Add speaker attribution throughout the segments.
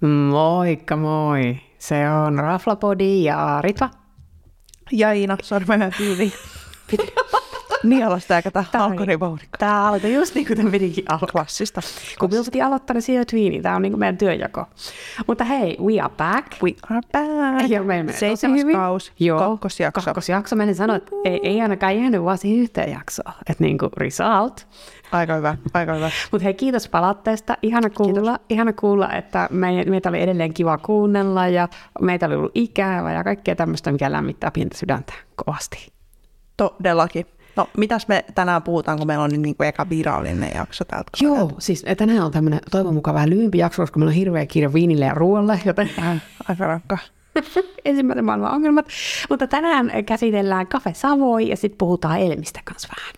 Speaker 1: Moikka moi! Se on Raflapodi ja Ritva.
Speaker 2: Ja Iina, sori mä menen tyyliin. Piti nielasta eikä tää
Speaker 1: Tää oli-
Speaker 2: alkoi vauhdikka.
Speaker 1: Tää aloitin just niin kuin tämän pitikin alkaa.
Speaker 2: Klassista.
Speaker 1: Kun minulta piti aloittaa, niin sieltä niin tämä on niin kuin meidän työjako. Mutta hei, we are back.
Speaker 2: We are back.
Speaker 1: Ja me menee tosi
Speaker 2: Seitsemäs
Speaker 1: hyvin.
Speaker 2: kausi,
Speaker 1: Joo,
Speaker 2: kakkosjakso.
Speaker 1: kakkosjakso. Mä en sano, että ei, ei ainakaan jäänyt vaan siihen yhteen jaksoon. Että niin kuin result.
Speaker 2: Aika hyvä, aika hyvä.
Speaker 1: Mutta hei, kiitos palautteesta. Ihana kuulla, ihana kuulla että me, meitä oli edelleen kiva kuunnella ja meitä oli ollut ikävä ja kaikkea tämmöistä, mikä lämmittää pientä sydäntä kovasti.
Speaker 2: Todellakin. No, mitäs me tänään puhutaan, kun meillä on nyt niin kuin eka virallinen jakso täältä?
Speaker 1: Joo, siis tänään on tämmöinen toivon mukaan vähän lyhyempi jakso, koska meillä on hirveä kiire viinille ja ruoalle, joten
Speaker 2: Vähän aika rankka.
Speaker 1: ensimmäisen maailman ongelmat. Mutta tänään käsitellään Cafe Savoi ja sitten puhutaan Elmistä kanssa vähän.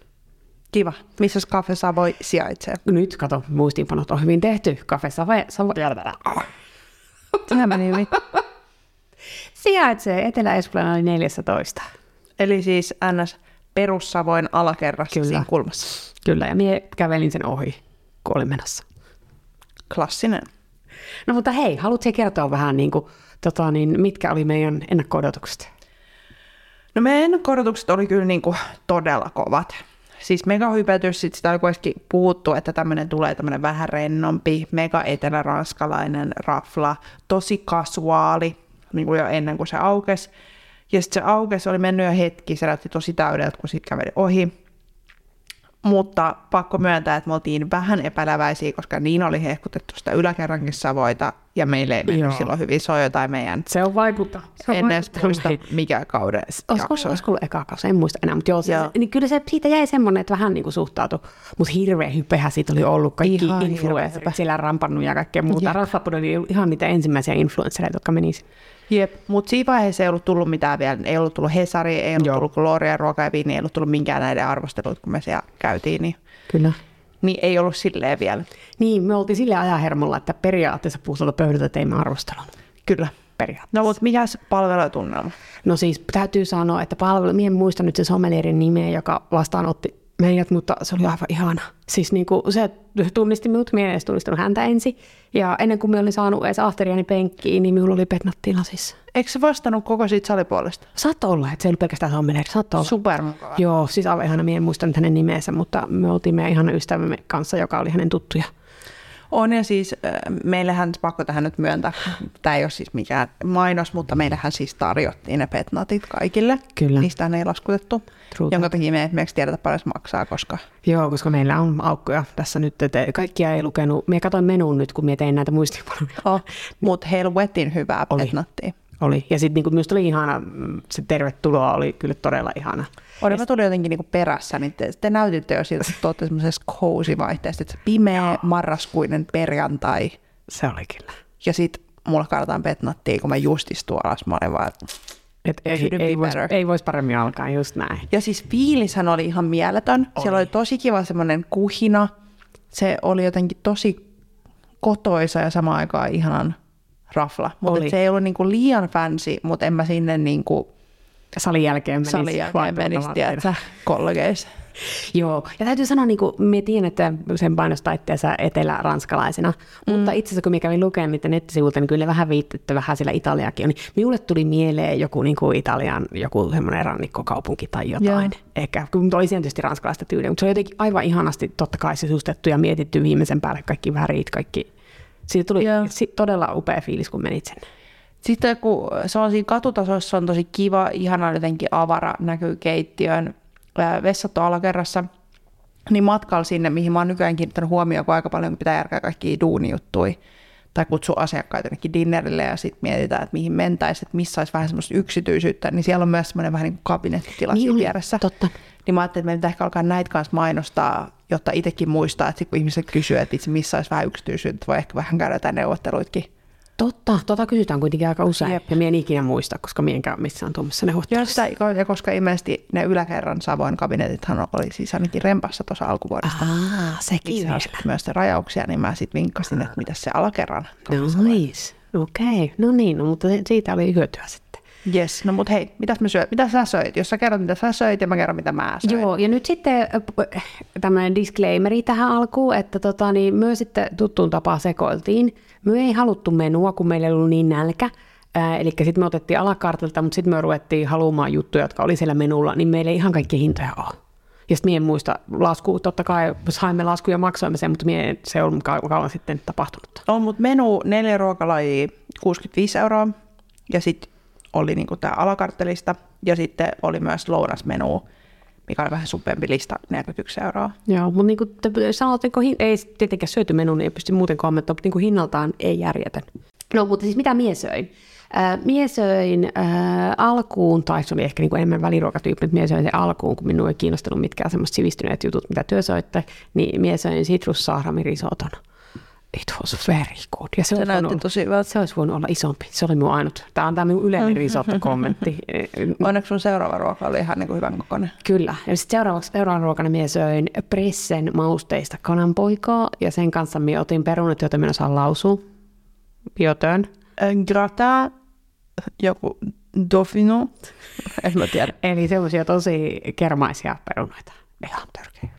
Speaker 2: Kiva. Missä Cafe Savoy sijaitsee?
Speaker 1: Nyt kato, muistiinpanot on hyvin tehty. Cafe Savoi, Savoi
Speaker 2: Sehän meni hyvin.
Speaker 1: sijaitsee Etelä-Esplanadin 14.
Speaker 2: Eli siis NS Perussavoin alakerrassa
Speaker 1: Kyllä.
Speaker 2: Kyllä. siinä kulmassa.
Speaker 1: Kyllä, ja minä kävelin sen ohi, kun olin menossa.
Speaker 2: Klassinen.
Speaker 1: No mutta hei, haluatko kertoa vähän, niin kuin, tota, niin, mitkä oli meidän ennakko-odotukset?
Speaker 2: No meidän korotukset oli kyllä niin kuin todella kovat. Siis mega hypätys, sit sitä oli kuitenkin puhuttu, että tämmöinen tulee tämmöinen vähän rennompi, mega eteläranskalainen rafla, tosi kasuaali, niin kuin jo ennen kuin se aukesi. Ja sitten se aukesi, oli mennyt jo hetki, se näytti tosi täydeltä, kun sitten käveli ohi. Mutta pakko myöntää, että me oltiin vähän epäileväisiä, koska niin oli hehkutettu sitä yläkerrankin savoita, ja meille ei mennyt
Speaker 1: Joo.
Speaker 2: silloin hyvin, se on jotain meidän
Speaker 1: Se on vaikuttaa.
Speaker 2: en edes muista, mikä kauden
Speaker 1: Olisiko
Speaker 2: jakso.
Speaker 1: olisiko ollut eka kausi, en muista enää, mutta joo, se,
Speaker 2: Joo.
Speaker 1: niin kyllä se siitä jäi semmoinen, että vähän niin kuin suhtautui, mutta hirveä hypehän siitä oli ollut, kaikki
Speaker 2: Ihan
Speaker 1: Ihan
Speaker 2: hirveä
Speaker 1: influencerit siellä rampannut ja kaikkea muuta. Raffapod oli ollut ihan niitä ensimmäisiä influenssereita, jotka meni sinne.
Speaker 2: Jep, mutta siinä vaiheessa ei ollut tullut mitään vielä. Ei ollut tullut Hesari, ei ollut
Speaker 1: Joo.
Speaker 2: Joo. tullut Gloria, Ruoka ja Viini, ei ollut tullut minkään näiden arvostelut, kun me siellä käytiin. Niin,
Speaker 1: Kyllä.
Speaker 2: niin ei ollut silleen vielä.
Speaker 1: Niin, me oltiin sillä ajahermolla, että periaatteessa puhtaalta pöydältä teimme arvostelun.
Speaker 2: Kyllä.
Speaker 1: Periaatteessa.
Speaker 2: No mutta mikäs palvelutunnelma?
Speaker 1: No siis täytyy sanoa, että palvelu, minä en muista nyt se sommelierin nimeä, joka vastaanotti meidät, mutta se oli aivan ihana. Siis niin kuin se tunnisti minut, minä en edes tunnistanut häntä ensin. Ja ennen kuin minä olin saanut edes ahteriani penkkiin, niin minulla oli petnattiin lasissa.
Speaker 2: Eikö se vastannut koko siitä salipuolesta?
Speaker 1: Saatto olla, että se ei ollut pelkästään sommelieri, saatto olla.
Speaker 2: Supermukava.
Speaker 1: Joo, siis aivan ihana, minä en muistanut hänen nimeensä, mutta me oltiin meidän ihana ystävämme kanssa, joka oli hänen tuttuja.
Speaker 2: On ja siis äh, meillähän, pakko tähän nyt myöntää, tämä ei ole siis mikään mainos, mutta meillähän siis tarjottiin ne petnatit kaikille.
Speaker 1: Kyllä.
Speaker 2: Niistähän ei laskutettu,
Speaker 1: True
Speaker 2: jonka takia me ei esimerkiksi tiedetä paljon se maksaa, koska
Speaker 1: Joo, koska meillä on aukkoja tässä nyt, että kaikkia ei lukenut. Minä katsoin menuun nyt, kun minä tein näitä muistiinpanoja.
Speaker 2: oh, mutta helvetin hyvää
Speaker 1: Oli.
Speaker 2: petnattia.
Speaker 1: Oli. Ja sitten niinku, minusta oli ihana, mm, se tervetuloa oli kyllä todella ihana.
Speaker 2: Odotan, mä tulin jotenkin niinku perässä, niin te, te näytitte jo siltä, että te olette semmoisessa cozy-vaihteessa, että se pimeä marraskuinen perjantai,
Speaker 1: Se oli kyllä.
Speaker 2: ja sit mulla kaadetaan petnattia, kun mä just istun alas, mä olin vaan, että-
Speaker 1: Et ei,
Speaker 2: Couldn't
Speaker 1: ei,
Speaker 2: be
Speaker 1: vois,
Speaker 2: better.
Speaker 1: ei vois paremmin alkaa, just näin.
Speaker 2: Ja siis fiilishän oli ihan mieletön. Oli. Siellä oli tosi kiva semmoinen kuhina. Se oli jotenkin tosi kotoisa ja samaan aikaan ihanan rafla.
Speaker 1: Oli.
Speaker 2: Mutta se ei ollut niinku liian fancy, mutta en mä sinne niinku
Speaker 1: Salin jälkeen menisi.
Speaker 2: salin jälkeen
Speaker 1: vaatteita
Speaker 2: menisi,
Speaker 1: vaatteilla.
Speaker 2: tiedätkö, kollegeissa.
Speaker 1: Joo, ja täytyy sanoa, niin kuin me tiedän, että sen painostaitteessa etelä-ranskalaisena,
Speaker 2: Mm.
Speaker 1: mutta itse asiassa kun mä kävin lukemaan niitä nettisivuilta, niin kyllä vähän viitti, että vähän siellä Italiakin on. Niin minulle tuli mieleen joku niin kuin Italian joku semmoinen rannikkokaupunki tai jotain.
Speaker 2: Joo.
Speaker 1: Ehkä, kun mutta oli siinä tietysti ranskalaista tyyliä, mutta se oli jotenkin aivan ihanasti totta kai sisustettu ja mietitty viimeisen päälle kaikki värit, kaikki. Siitä tuli
Speaker 2: Joo.
Speaker 1: si- todella upea fiilis, kun menit sinne.
Speaker 2: Sitten kun se on siinä katutasossa, se on tosi kiva, ihana jotenkin avara, näkyy keittiön, ää, vessat on alakerrassa, niin matkalla sinne, mihin mä oon nykyään kiinnittänyt huomioon, kun aika paljon pitää järkää kaikkia duunijuttui tai kutsua asiakkaita jonnekin dinnerille ja sitten mietitään, että mihin mentäisiin, että missä olisi vähän semmoista yksityisyyttä, niin siellä on myös semmoinen vähän niin kuin kabinettitila
Speaker 1: Niin
Speaker 2: niin
Speaker 1: oli,
Speaker 2: vieressä.
Speaker 1: totta.
Speaker 2: Niin mä ajattelin, että meidän pitää ehkä alkaa näitä kanssa mainostaa, jotta itsekin muistaa, että sit kun ihmiset kysyy, että itse missä olisi vähän yksityisyyttä, voi ehkä vähän käydä jotain neuvotteluitkin.
Speaker 1: Totta, tota kysytään kuitenkin aika usein. Jep.
Speaker 2: Jep.
Speaker 1: Ja minä en ikinä muista, koska minä en käy missään tuommoisessa
Speaker 2: Joo,
Speaker 1: neuvottelussa.
Speaker 2: sitä, ja koska ilmeisesti ne yläkerran Savoin kabinetithan oli siis ainakin rempassa tuossa alkuvuodesta.
Speaker 1: Aa, sekin
Speaker 2: Itse
Speaker 1: Ah, vielä. Ah.
Speaker 2: asiassa myös se rajauksia, niin mä sitten vinkkasin, että mitä se alakerran.
Speaker 1: No niin, Nice. Okei, no niin, no, mutta se- siitä oli hyötyä sitten.
Speaker 2: Yes, no mut hei, mitäs, me syö, mitä sä söit? Jos sä kerrot, mitä sä söit ja mä kerron, mitä mä söin.
Speaker 1: Joo, ja nyt sitten äh, tämmöinen disclaimeri tähän alkuun, että tota, niin me sitten tuttuun tapaan sekoiltiin. Me ei haluttu menua, kun meillä ei ollut niin nälkä. Äh, eli sitten me otettiin alakartilta, mutta sitten me ruvettiin haluamaan juttuja, jotka oli siellä menulla, niin meillä ei ihan kaikki hintoja ole. Ja sitten en muista lasku, totta kai saimme laskuja ja maksoimme sen, mutta mie, en- se on kau- kauan sitten tapahtunut.
Speaker 2: On mut menu neljä ruokalajia 65 euroa ja sitten oli niinku tää alakarttelista ja sitten oli myös lounasmenu, mikä oli vähän suppeampi lista, 41 euroa.
Speaker 1: Joo, mutta niin kuin te sanoitte, kun hin- ei tietenkään syöty menu, niin ei pysty muuten kommentoimaan, mutta niin kuin hinnaltaan ei järjetön. No, mutta siis mitä mie söin? Äh, mie söin äh, alkuun, tai se oli ehkä niin kuin enemmän väliruokatyyppi, mutta mie söin sen alkuun, kun minua ei kiinnostanut mitkään semmoiset sivistyneet jutut, mitä työ söitte, niin mie söin sitrussaaramirisooton. It was very good. Ja se,
Speaker 2: Se
Speaker 1: olisi
Speaker 2: näytti
Speaker 1: voinut-
Speaker 2: tosi Mm. hyvältä.
Speaker 1: Se olisi voinut olla isompi. Se oli minun ainut. Tämä on tämä minun yleinen risotto-kommentti.
Speaker 2: Onneksi sun seuraava ruoka oli ihan niinku hyvän kokoinen.
Speaker 1: Kyllä. Ja sitten seuraavaksi seuraavan ruokana minä söin pressen mausteista kananpoikaa ja sen kanssa minä otin perunat, joita minä en osaa lausua. Joten
Speaker 2: Grata, joku dofino, en mä tiedä.
Speaker 1: Eli semmoisia tosi kermaisia perunoita. Ihan törkeä.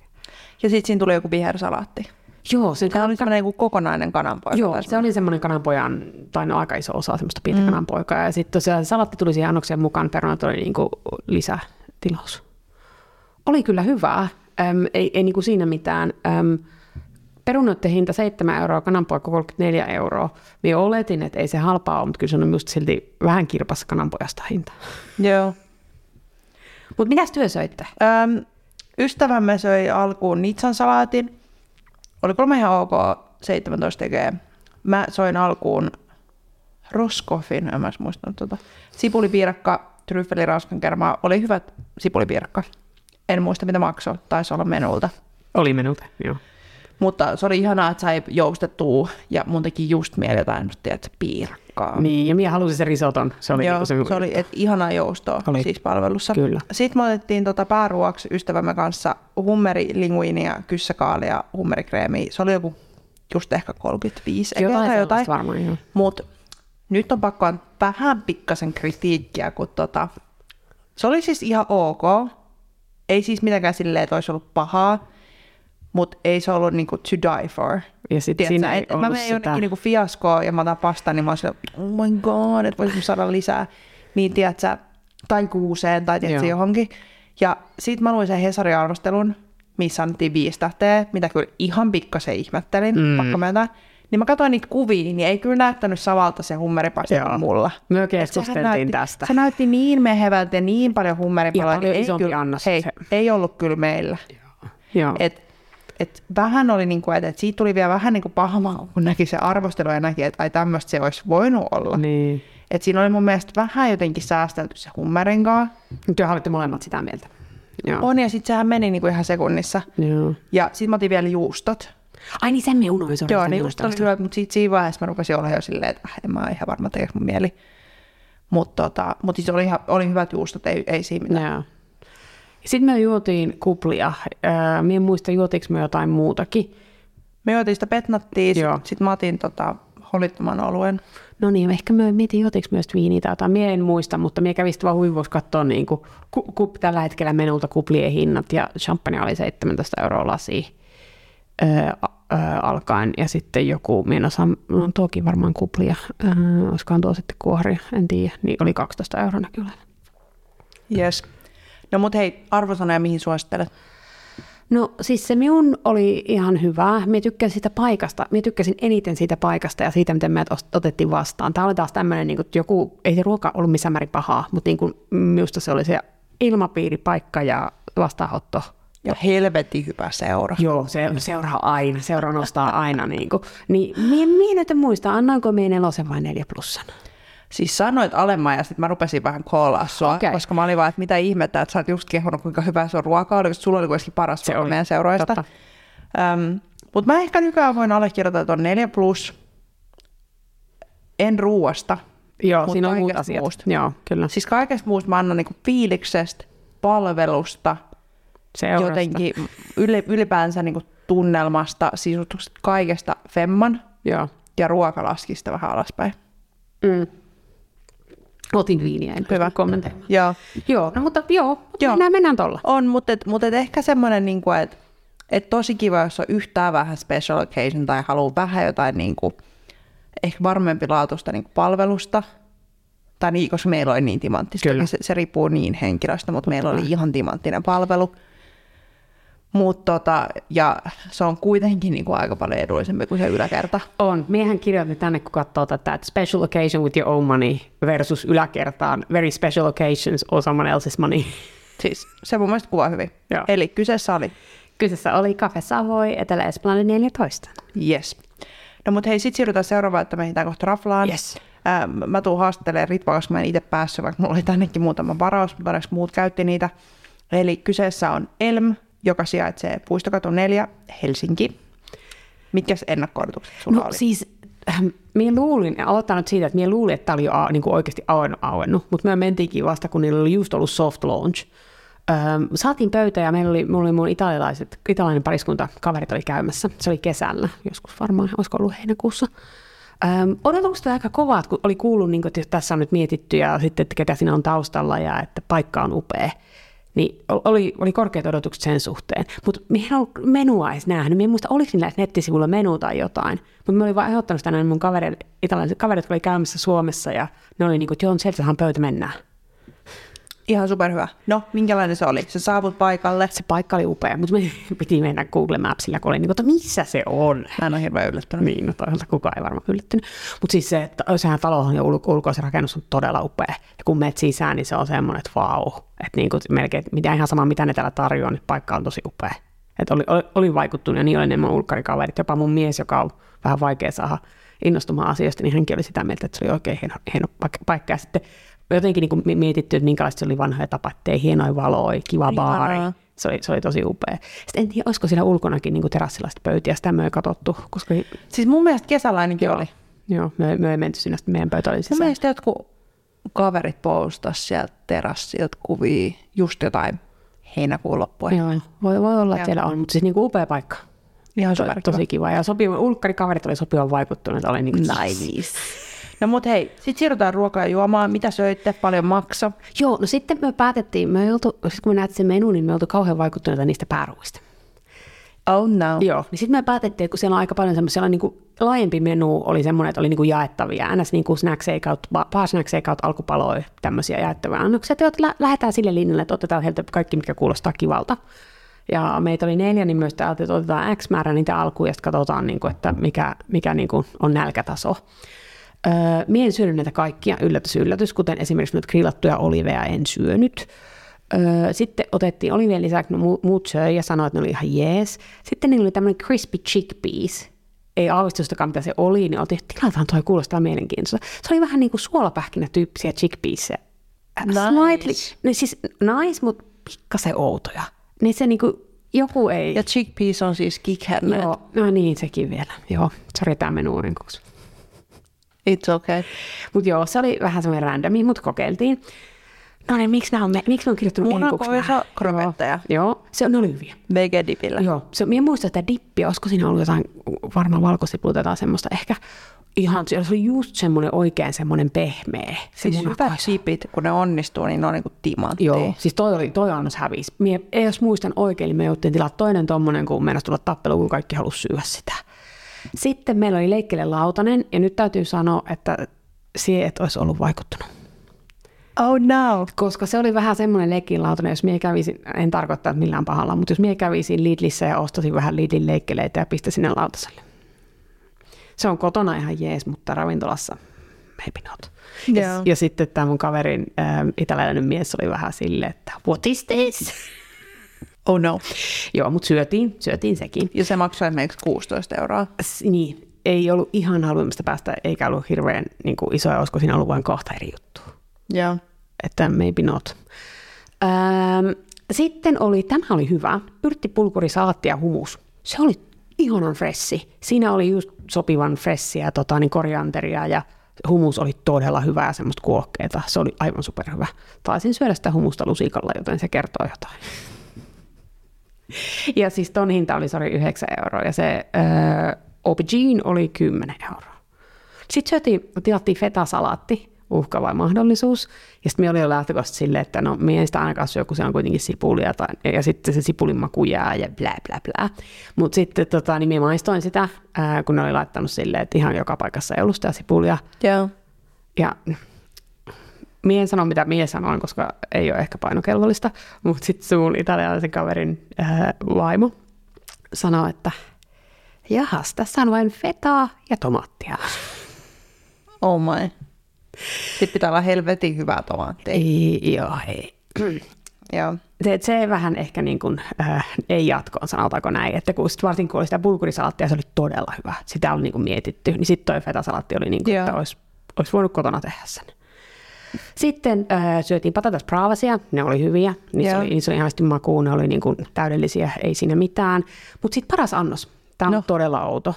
Speaker 2: Ja sitten siinä tuli joku vihersalaatti.
Speaker 1: Joo, se,
Speaker 2: Tämä oli semmoinen joku kokonainen kananpoika.
Speaker 1: joo,
Speaker 2: taisi
Speaker 1: se oli semmoinen kananpojan, tai no aika iso osa semmoista pientä mm. kananpoikaa. Ja sitten tosiaan salatti tuli siihen annoksen mukaan, perunat oli niinku lisätilaus. Oli kyllä hyvää, Öm, ei, ei niinku siinä mitään. Öm, perunoiden hinta 7 euroa, kananpoika 34 euroa. Minä oletin, että ei se halpaa ole, mutta kyllä se on just silti vähän kirpassa kananpojasta hinta.
Speaker 2: Joo.
Speaker 1: Mutta mitäs työ söitte?
Speaker 2: Öm, ystävämme söi alkuun nitsan salaatin. Oli kolme ihan ok, 17 tekee. Mä soin alkuun roskofin, en mä edes muistanut tota. Sipulipiirakka, tryffeli ranskan kermaa. Oli hyvä sipulipiirakka. En muista mitä maksoi, taisi olla menulta.
Speaker 1: Oli menulta, joo.
Speaker 2: Mutta se oli ihanaa, että sai joustettua ja mun teki just mieli jotain, tiedätkö, piirakkaa.
Speaker 1: Niin, ja minä halusin sen risoton. Se oli,
Speaker 2: Joo,
Speaker 1: niinku
Speaker 2: se,
Speaker 1: minun
Speaker 2: se oli et, ihanaa joustoa
Speaker 1: Oli.
Speaker 2: oli. siis palvelussa.
Speaker 1: Kyllä.
Speaker 2: Sitten me otettiin tota pääruoaksi ystävämme kanssa hummeri, linguinia, kyssäkaalia, hummerikreemiä. Se oli joku just ehkä 35 ekeä
Speaker 1: Jotain
Speaker 2: tai
Speaker 1: sellaista
Speaker 2: jotain.
Speaker 1: varmaan, joo.
Speaker 2: Mut nyt on pakko antaa vähän pikkasen kritiikkiä, kun tota, se oli siis ihan ok. Ei siis mitenkään silleen, että olisi ollut pahaa, mutta ei se ollut niinku to die for.
Speaker 1: Ja sitten
Speaker 2: Tiedätkö,
Speaker 1: siinä ei
Speaker 2: et, mä
Speaker 1: ollut
Speaker 2: menen
Speaker 1: sitä.
Speaker 2: jonnekin niinku fiaskoon ja mä otan pastaa, niin mä oon sillä, oh my god, että voisin saada lisää. Niin tiedätkö, tai kuuseen tai tiedätkö,
Speaker 1: Joo.
Speaker 2: johonkin. Ja sit mä luin sen Hesarin arvostelun, missä annettiin viisi tähteä, mitä kyllä ihan pikkasen ihmettelin,
Speaker 1: Mm.
Speaker 2: mm. pakko myöntää. Niin mä katsoin niitä kuvia, niin ei kyllä näyttänyt samalta se hummeripasta
Speaker 1: Joo.
Speaker 2: kuin mulla.
Speaker 1: Me
Speaker 2: Sehän
Speaker 1: keskusteltiin
Speaker 2: näytti,
Speaker 1: tästä.
Speaker 2: Se näytti niin mehevältä ja niin paljon
Speaker 1: Ja
Speaker 2: hummeripaloja.
Speaker 1: paljon
Speaker 2: ei,
Speaker 1: isompi
Speaker 2: kyllä,
Speaker 1: annos
Speaker 2: hei,
Speaker 1: se.
Speaker 2: ei ollut kyllä meillä.
Speaker 1: Joo.
Speaker 2: Et, et vähän oli, niinku, että et siitä tuli vielä vähän niinku paha maku, kun näki se arvostelu ja näki, että ai tämmöistä se olisi voinut olla. Niin.
Speaker 1: Niin.
Speaker 2: Et siinä oli mun mielestä vähän jotenkin säästelty se hummerinkaan.
Speaker 1: Te olitte molemmat sitä mieltä. Joo.
Speaker 2: On ja sitten sehän meni niinku ihan sekunnissa.
Speaker 1: Joo.
Speaker 2: Ja sitten mä otin vielä juustot.
Speaker 1: Ai niin, sen me unohdin. sorry,
Speaker 2: Joo,
Speaker 1: sen
Speaker 2: niin juustot oli
Speaker 1: juustosta.
Speaker 2: hyvä, mutta sitten siinä vaiheessa mä rupesin olla jo silleen, että äh, en mä ole ihan varma tekeekö mun mieli. Mutta tota, mut siis oli, ihan, oli hyvät juustot, ei, ei siinä mitään.
Speaker 1: Joo. Sitten me juotiin kuplia. Öö, Mie en muista, juotiinko me jotain muutakin.
Speaker 2: Me juotiin sitä petnattia,
Speaker 1: Joo.
Speaker 2: sitten sit mä otin tota, holittoman oluen.
Speaker 1: No niin, ehkä mä mietin, juotiinko myös viiniä tai jotain. Mie en muista, mutta mie kävin sitten vaan huivuus katsoa niin kuin, ku, ku, tällä hetkellä menulta kuplien hinnat. Ja champagne oli 17 euroa lasi öö, a- öö, alkaen. Ja sitten joku, mie en osaa, no tuokin varmaan kuplia. Öö, olisikohan tuo sitten kuoria, en tiedä. Niin oli 12 euroa kyllä.
Speaker 2: Yes. No mut hei, arvosanoja mihin suosittelet?
Speaker 1: No siis se minun oli ihan hyvä. Minä tykkäsin siitä paikasta. Minä tykkäsin eniten siitä paikasta ja siitä, miten meidät ost- otettiin vastaan. Tämä oli taas tämmöinen, niin joku, ei se ruoka ollut missään määrin pahaa, mutta niin kuin, minusta se oli se ilmapiiri, paikka ja vastaanotto.
Speaker 2: Ja helvetin hyvä seura.
Speaker 1: Joo, se, seuraa aina, seura nostaa aina. Niin, kuin. niin minä, minä nyt en muista, annoinko minä nelosen vai neljä plussan.
Speaker 2: Siis sanoit alemman ja sitten mä rupesin vähän koolaa sua,
Speaker 1: Okei.
Speaker 2: okay. koska mä olin vaan, että mitä ihmettä, että sä oot just kehonut, kuinka hyvä se on ruoka oli, koska sulla oli kuitenkin paras
Speaker 1: Se
Speaker 2: ruoka
Speaker 1: oli.
Speaker 2: meidän seuroista.
Speaker 1: Totta.
Speaker 2: Öm, Mutta mä ehkä nykyään voin allekirjoittaa ton 4 plus. En ruuasta.
Speaker 1: Joo,
Speaker 2: Mut
Speaker 1: siinä on muut
Speaker 2: kaikesta
Speaker 1: asiat.
Speaker 2: muusta.
Speaker 1: Joo, kyllä.
Speaker 2: Siis kaikesta muusta mä annan niinku fiiliksestä, palvelusta,
Speaker 1: Seurasta.
Speaker 2: jotenkin yli, ylipäänsä niinku tunnelmasta, sisustuksesta, kaikesta femman.
Speaker 1: Joo.
Speaker 2: ja ruokalaskista vähän alaspäin.
Speaker 1: Mm. Otin viiniä, en
Speaker 2: Hyvä.
Speaker 1: Hyvä. kommentoimaan.
Speaker 2: Joo.
Speaker 1: Joo, no mutta joo, mutta
Speaker 2: Joo.
Speaker 1: mennään, mennään tuolla.
Speaker 2: On, mutta, et, mutta et ehkä semmoinen, niin että et tosi kiva, jos on yhtään vähän special occasion tai haluaa vähän jotain niin kuin, ehkä varmempi laatusta niin kuin palvelusta. Tai niin, koska meillä oli niin timanttista.
Speaker 1: Kyllä.
Speaker 2: Se, se riippuu niin henkilöstä, mutta meillä oli ihan timanttinen palvelu. Mut tota, ja se on kuitenkin niin kuin aika paljon edullisempi kuin se yläkerta.
Speaker 1: On. Miehän kirjoitin tänne, kun katsoo tätä, että special occasion with your own money versus yläkertaan very special occasions or someone else's money.
Speaker 2: Siis se mun mielestä kuvaa hyvin.
Speaker 1: Joo.
Speaker 2: Eli kyseessä oli
Speaker 1: Kyseessä oli Cafe Savoy Etelä-Esplanade 14.
Speaker 2: Yes. No mut hei, sit siirrytään seuraavaan, että me ehditään kohta raflaan.
Speaker 1: Yes.
Speaker 2: Ää, mä tuun haastattelemaan Ritva, koska mä en itse päässyt, vaikka mulla oli tännekin muutama varaus, mutta onneksi muut käytti niitä. Eli kyseessä on Elm, joka sijaitsee Puistokatu 4, Helsinki. Mitkä ennakko sulla
Speaker 1: No
Speaker 2: oli?
Speaker 1: siis, ähm, minä luulin, aloittaa nyt siitä, että minä luulin, että tämä oli jo a, niin kuin oikeasti auennut, auennut, mutta me mentiinkin vasta, kun niillä oli just ollut soft launch. Öm, saatiin pöytä ja meillä oli, mulla oli mun italialaiset, italialainen pariskunta, kaverit oli käymässä. Se oli kesällä, joskus varmaan, olisiko ollut heinäkuussa. Öm, odotukset oli aika kovat, kun oli kuullut, niin kuin, että tässä on nyt mietitty ja sitten, että ketä siinä on taustalla ja että paikka on upea. Niin o- oli, oli korkeat odotukset sen suhteen. Mutta me en ollut menua edes nähnyt. Me en muista, oliko niillä edes nettisivuilla menu tai jotain. Mutta me olin vaan ehdottanut tänään mun kavereille, italialaiset kaverit, jotka oli käymässä Suomessa ja ne oli niin kuin, että joo, sieltähän pöytä mennään.
Speaker 2: Ihan superhyvä. No, minkälainen se oli? Se saavut paikalle.
Speaker 1: Se paikka oli upea, mutta me piti mennä Google Mapsilla, kun oli niin kuin, että missä se on.
Speaker 2: Mä en ole hirveän yllättynyt.
Speaker 1: Niin, no toisaalta kukaan ei varmaan yllättynyt. Mutta siis se, että sehän talohan ja ulko- ulkoisrakennus on todella upea. Ja kun menet sisään, niin se on semmoinen, että vau. Että niin kuin melkein, mitä ihan sama, mitä ne täällä tarjoaa, niin paikka on tosi upea. Että oli, oli, olin vaikuttunut ja niin oli ne mun ulkkarikaverit. Jopa mun mies, joka on vähän vaikea saada innostumaan asioista, niin hänkin oli sitä mieltä, että se oli oikein hieno, hieno paik- paikka. Ja sitten jotenkin niin kuin mietitty, että minkälaista se oli vanhoja tapaa, ettei hienoja valoja, kiva baari.
Speaker 2: Ihanaa.
Speaker 1: Se oli, se oli tosi upea. Sitten en tiedä, olisiko siellä ulkonakin niin kuin terassilla sitten pöytiä, sitä me ei katsottu, koska
Speaker 2: Siis mun mielestä kesällä ainakin oli.
Speaker 1: Joo, siis me, me ei menty sinne, sitten meidän pöytä oli
Speaker 2: Mun
Speaker 1: sisään.
Speaker 2: mielestä jotkut kaverit postas sieltä terassilta kuvia just jotain heinäkuun loppua.
Speaker 1: Joo, voi, voi olla,
Speaker 2: Joo.
Speaker 1: että siellä on, mutta siis niin kuin upea paikka.
Speaker 2: Ihan
Speaker 1: To,
Speaker 2: superkiva.
Speaker 1: tosi kiva. Ja sopiva, ulkkarikaverit oli sopivan vaikuttuneet. Oli niin kuin,
Speaker 2: Nice. No mut hei, sit siirrytään ruokaa ja juomaan. Mitä söitte? Paljon makso?
Speaker 1: Joo, no sitten me päätettiin, me ei oltu, sit kun me näet sen menu, niin me oltu kauhean vaikuttuneita niistä pääruuista.
Speaker 2: Oh no.
Speaker 1: Joo, niin sitten me päätettiin, että kun siellä on aika paljon semmoisia, siellä on niin kuin laajempi menu oli semmoinen, että oli niin kuin jaettavia, ns. Niin kuin snacksei kautta, ba- paasnacksei kautta alkupaloja, tämmöisiä jaettavia annoksia, että joo, että lä- lähdetään sille linjalle, että otetaan heiltä kaikki, mitkä kuulostaa kivalta. Ja meitä oli neljä, niin myös täältä, että otetaan X määrä niitä alkuun ja sitten katsotaan, niin kuin, että mikä, mikä niin kuin on nälkätaso. Öö, mie en syönyt näitä kaikkia, yllätys yllätys, kuten esimerkiksi noita grillattuja oliveja en syönyt. Öö, sitten otettiin olivien lisäksi, no mu- muut söi ja sanoi, että ne oli ihan jees. Sitten niillä oli tämmöinen crispy chickpeas. Ei aavistustakaan, mitä se oli, niin otin, että tilataan toi, kuulostaa mielenkiintoista. Se oli vähän niin kuin suolapähkinätyyppisiä chickpeasia. Äh,
Speaker 2: Nice.
Speaker 1: Slightly, no siis nice, mutta pikkasen outoja. Niin se niinku, joku ei...
Speaker 2: Ja chickpeas on siis kikherneet.
Speaker 1: joo, no niin, sekin vielä. Joo, sori tämä meni uudenkuksi.
Speaker 2: It's okay.
Speaker 1: Mutta joo, se oli vähän semmoinen randomi, mutta kokeiltiin. No niin, miksi, nämä on, me- miksi me on kirjoittanut enkuksi nämä?
Speaker 2: Munakoisa kroketteja.
Speaker 1: Joo, se on, ne oli hyviä.
Speaker 2: Vegedipillä.
Speaker 1: Joo, se, minä muistan, että dippi, olisiko siinä ollut jotain, varmaan valkosipulia tai jotain semmoista, ehkä ihan, se oli just semmoinen oikein semmoinen pehmeä. Se
Speaker 2: Siis
Speaker 1: munakoisa.
Speaker 2: hyvät chipit, kun ne onnistuu, niin ne on niinku timanttia.
Speaker 1: Joo, siis toi, oli, toi annos hävisi. Mie, ei jos muistan oikein, niin me jouttiin tilaa toinen tommonen, kun meinasi tulla tappelu, kun kaikki halusi syödä sitä. Sitten meillä oli leikkele lautanen, ja nyt täytyy sanoa, että sie et olisi ollut vaikuttunut.
Speaker 2: Oh no.
Speaker 1: Koska se oli vähän semmoinen leikkilautanen, jos mie kävisin, en tarkoita että millään pahalla, mutta jos mie kävisin Lidlissä ja ostasin vähän Lidlin leikkeleitä ja pistäisin sinne lautaselle. Se on kotona ihan jees, mutta ravintolassa maybe not. Ja,
Speaker 2: Joo.
Speaker 1: ja sitten tämä mun kaverin ähm, italialainen mies oli vähän silleen, että what is this?
Speaker 2: Oh no.
Speaker 1: Joo, mutta syötiin, syötiin sekin.
Speaker 2: Ja se maksoi esimerkiksi 16 euroa.
Speaker 1: S- niin, ei ollut ihan halvimmasta päästä, eikä ollut hirveän niin kuin isoja, olisiko siinä ollut vain kahta eri juttua.
Speaker 2: Joo.
Speaker 1: Että maybe not. Ähm, sitten oli, tämä oli hyvä, yrttipulkuri, saatti ja humus. Se oli ihanan fressi. Siinä oli just sopivan fressiä, tota, niin korianteria ja humus oli todella hyvä ja semmoista kuokkeita. Se oli aivan superhyvä. Taisin syödä sitä humusta lusikalla, joten se kertoo jotain. Ja siis ton hinta oli, sori, 9 euroa ja se öö, aubergine oli 10 euroa. Sitten syötiin, tilattiin fetasalaatti, uhka vai mahdollisuus. Ja sitten me oli jo lähtökohtaisesti silleen, että no me ei sitä ainakaan syö, kun se on kuitenkin sipulia tai, ja sitten se sipulin maku jää ja blää blää blää. Mutta sitten tota, niin me maistoin sitä, ää, kun ne oli laittanut silleen, että ihan joka paikassa ei ollut sitä sipulia.
Speaker 3: Joo.
Speaker 1: Ja mie en sano, mitä mie sanoin, koska ei ole ehkä painokelvollista, mutta sitten se mun italialaisen kaverin ää, vaimo sanoi, että jahas, tässä on vain fetaa ja tomaattia.
Speaker 3: Oh my.
Speaker 2: Sitten pitää olla helvetin hyvää tomaattia.
Speaker 1: Ei, joo, ei.
Speaker 2: Joo.
Speaker 1: Se, se vähän ehkä niin kuin, äh, ei jatkoon, sanotaanko näin. Että kun sit varsinkin kun oli sitä bulgurisalaattia, se oli todella hyvä. Sitä oli niin kuin mietitty. Niin sitten toi fetasalaatti oli niin kuin,
Speaker 2: Joo.
Speaker 1: että olisi, olisi voinut kotona tehdä sen. Sitten äh, syötiin patatas braavasia, ne oli hyviä, niissä
Speaker 2: Joo.
Speaker 1: oli, niissä oli ihanasti makuun, ne oli niin kuin täydellisiä, ei siinä mitään. Mutta sitten paras annos, tämä on no. todella outo.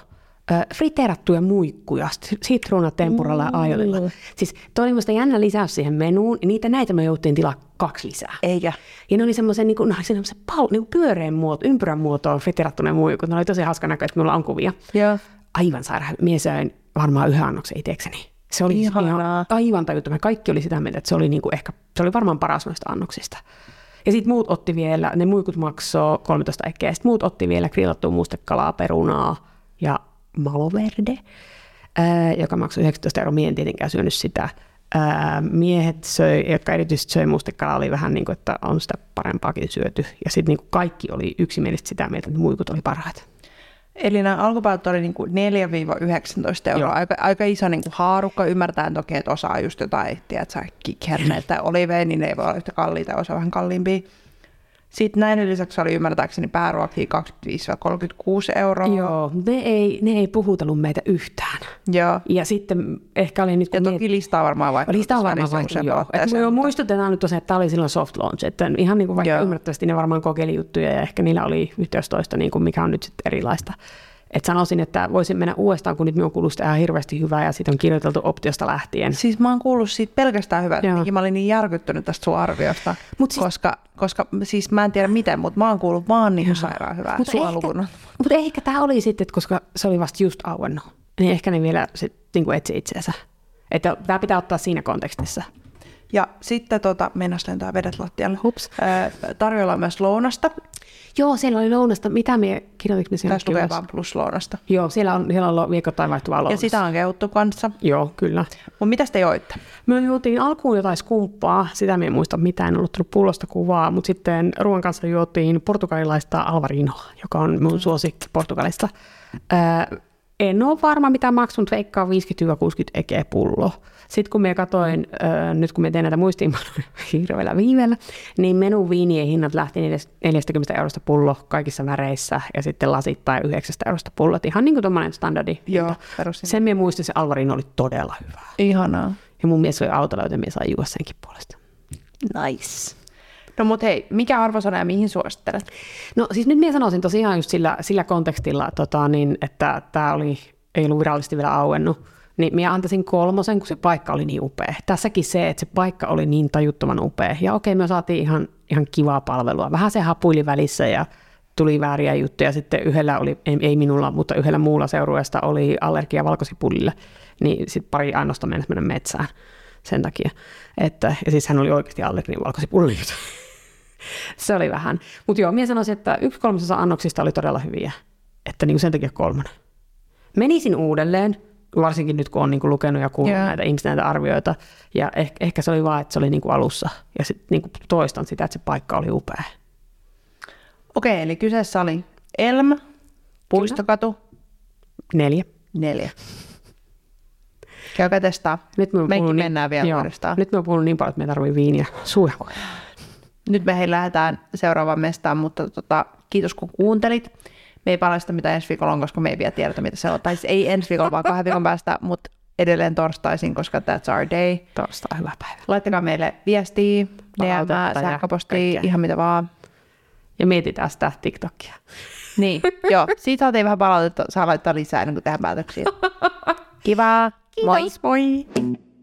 Speaker 1: Äh, friteerattuja muikkuja, sit- sitruuna, tempuralla ja
Speaker 2: Mm.
Speaker 1: aiolilla. Siis toi oli musta jännä lisäys siihen menuun, ja niitä näitä me jouttiin tilaa kaksi lisää.
Speaker 2: Eikä.
Speaker 1: Ja ne oli semmoisen niin no, semmoisen pal- niin pyöreän muoto, ympyrän muotoon friteerattuneet muikut, ne oli tosi hauska näkö, että minulla on kuvia.
Speaker 2: Joo.
Speaker 1: Aivan sairaan, mie söin varmaan yhden annoksen itsekseni. Se oli
Speaker 2: Ihanaa.
Speaker 1: ihan aivan tajuttoman. Kaikki oli sitä mieltä, että se oli, niinku ehkä, se oli varmaan paras noista annoksista. Ja sitten muut otti vielä, ne muikut maksoi 13 ekkeä, sitten muut otti vielä grillattua mustekalaa, perunaa ja maloverde, ää, joka maksoi 19 euroa. Mie en tietenkään syönyt sitä. Ää, miehet, söi, jotka erityisesti söi mustekalaa, oli vähän niin kuin, että on sitä parempaakin syöty. Ja sitten niinku kaikki oli yksimielisesti sitä mieltä, että muikut oli parhaat.
Speaker 2: Eli nämä alkupäät oli niinku 4-19 euroa. Aika, aika iso niinku haarukka. Ymmärtää toki, että osaa just jotain, tiedätkö, kikerneet tai oliveja, niin ne ei voi olla yhtä kalliita ja osa vähän kalliimpia. Sitten näiden lisäksi oli ymmärtääkseni pääruokia 25-36 euroa.
Speaker 1: Joo, ne ei, ne ei puhutellut meitä yhtään.
Speaker 2: Joo.
Speaker 1: Ja sitten ehkä oli nyt,
Speaker 2: Ja
Speaker 1: kun
Speaker 2: toki listaa on varmaan vaihtunut.
Speaker 1: Lista Niin. on varmaan
Speaker 2: tässä välissä
Speaker 1: vaihtunut,
Speaker 2: useampaan
Speaker 1: joo. Et me
Speaker 2: otteeseen.
Speaker 1: jo muistutetaan nyt tosiaan, että tämä oli silloin soft launch, että ihan niin kuin vaikka
Speaker 2: Joo.
Speaker 1: joo. ymmärrettävästi ne varmaan kokeili juttuja ja ehkä niillä oli yhteys toista, niin kuin mikä on nyt sitten erilaista. Et sanoisin, että voisin mennä uudestaan, kun nyt minun kuuluu sitä ihan hirveästi hyvää ja siitä on kirjoiteltu optiosta lähtien.
Speaker 2: Siis mä oon kuullut siitä pelkästään hyvää.
Speaker 1: Joo.
Speaker 2: Ja mä olin niin järkyttynyt tästä sun arviosta.
Speaker 1: Mut
Speaker 2: siis...
Speaker 1: siis-
Speaker 2: koska, koska siis mä en tiedä miten, mutta mä oon kuullut vaan niin sairaan hyvää. Mut sua lukunut.
Speaker 1: mutta ehkä tämä oli sitten, että koska se oli vasta just auennut, niin ehkä ne vielä sit, niin kuin etsi itseensä. Että tämä pitää ottaa siinä kontekstissa.
Speaker 2: Ja sitten tota, mennäs lentää vedet lattialle.
Speaker 1: Hups.
Speaker 2: Ö, tarjolla on myös lounasta.
Speaker 1: Joo, siellä oli lounasta. Mitä me kirjoitimme siellä?
Speaker 2: Tässä lukee vaan plus lounasta.
Speaker 1: Joo, siellä on, siellä on viikoittain vaihtuvaa
Speaker 2: Ja
Speaker 1: lounasta.
Speaker 2: sitä on kehuttu kanssa.
Speaker 1: Joo, kyllä.
Speaker 2: Mutta mitäs te joitte?
Speaker 1: Me juotiin alkuun jotain skumppaa, sitä me en muista mitään, en ollut tullut pullosta kuvaa, mutta sitten ruoan kanssa juotiin portugalilaista Alvarinoa, joka on mun suosikki Portugalista. Öö, en ole varma mitä maksunut, veikkaa 50-60 ekeä pullo. Sitten kun me katoin, öö, nyt kun me teen näitä muistiinpanoja hirveällä viivellä, niin menu viinien hinnat lähti neljäs- 40 eurosta pullo kaikissa väreissä ja sitten lasit tai 9 eurosta pullot, ihan niin kuin tuommoinen standardi.
Speaker 2: Joo, perusin.
Speaker 1: Sen me muistin, se Alvarino oli todella hyvä.
Speaker 2: Ihanaa.
Speaker 1: Ja mun mies oli autolla, joten mies sai juoda senkin puolesta.
Speaker 3: Nice.
Speaker 2: No mut hei, mikä arvosana ja mihin suosittelet?
Speaker 1: No siis nyt minä sanoisin tosiaan just sillä, sillä kontekstilla, tota, niin, että tämä oli, ei ollut virallisesti vielä auennut, niin minä antaisin kolmosen, kun se paikka oli niin upea. Tässäkin se, että se paikka oli niin tajuttoman upea. Ja okei, me saatiin ihan, ihan kivaa palvelua. Vähän se hapuili välissä ja tuli vääriä juttuja. Sitten yhdellä oli, ei, ei minulla, mutta yhdellä muulla seurueesta oli allergia valkosipulille. Niin sitten pari annosta mennä mennä metsään sen takia. Että, ja siis hän oli oikeasti allerginen valkosipulille. Se oli vähän. Mutta joo, minä sanoisin, että yksi kolmasosa annoksista oli todella hyviä. Että niinku sen takia kolmonen. Menisin uudelleen, varsinkin nyt kun on niinku lukenut ja kuullut
Speaker 2: Joo.
Speaker 1: yeah. näitä ihmisten näitä arvioita. Ja ehkä, ehkä se oli vaan, että se oli niinku alussa. Ja sitten niinku toistan sitä, että se paikka oli upea.
Speaker 2: Okei, eli kyseessä oli Elm, Puistokatu,
Speaker 1: Neljä.
Speaker 2: neljä. Käykää testaa.
Speaker 1: Nyt me on
Speaker 2: Mekin
Speaker 1: puhunut niin-
Speaker 2: mennään vielä
Speaker 1: joo,
Speaker 2: uudestaan.
Speaker 1: Nyt me on puhunut niin paljon, että me tarvii viiniä suuhun.
Speaker 2: Nyt me hei lähdetään seuraavaan mestaan, mutta tota, kiitos kun kuuntelit. Me ei palasta mitä ensi viikolla on, koska me ei vielä tiedetä mitä se on. Tai siis ei ensi viikolla, vaan kahden viikon päästä, mutta edelleen torstaisin, koska that's our day.
Speaker 1: Torstai, hyvä päivä.
Speaker 2: Laittakaa meille viestiä, DM,
Speaker 1: Palautetta ja
Speaker 2: sähköpostia,
Speaker 1: kaikkea.
Speaker 2: ihan mitä vaan.
Speaker 1: Ja mietitään sitä TikTokia.
Speaker 2: Niin, joo. Siitä saatiin vähän palautetta, saa laittaa lisää ennen kuin tehdään päätöksiä. Kivaa, moi!
Speaker 1: moi!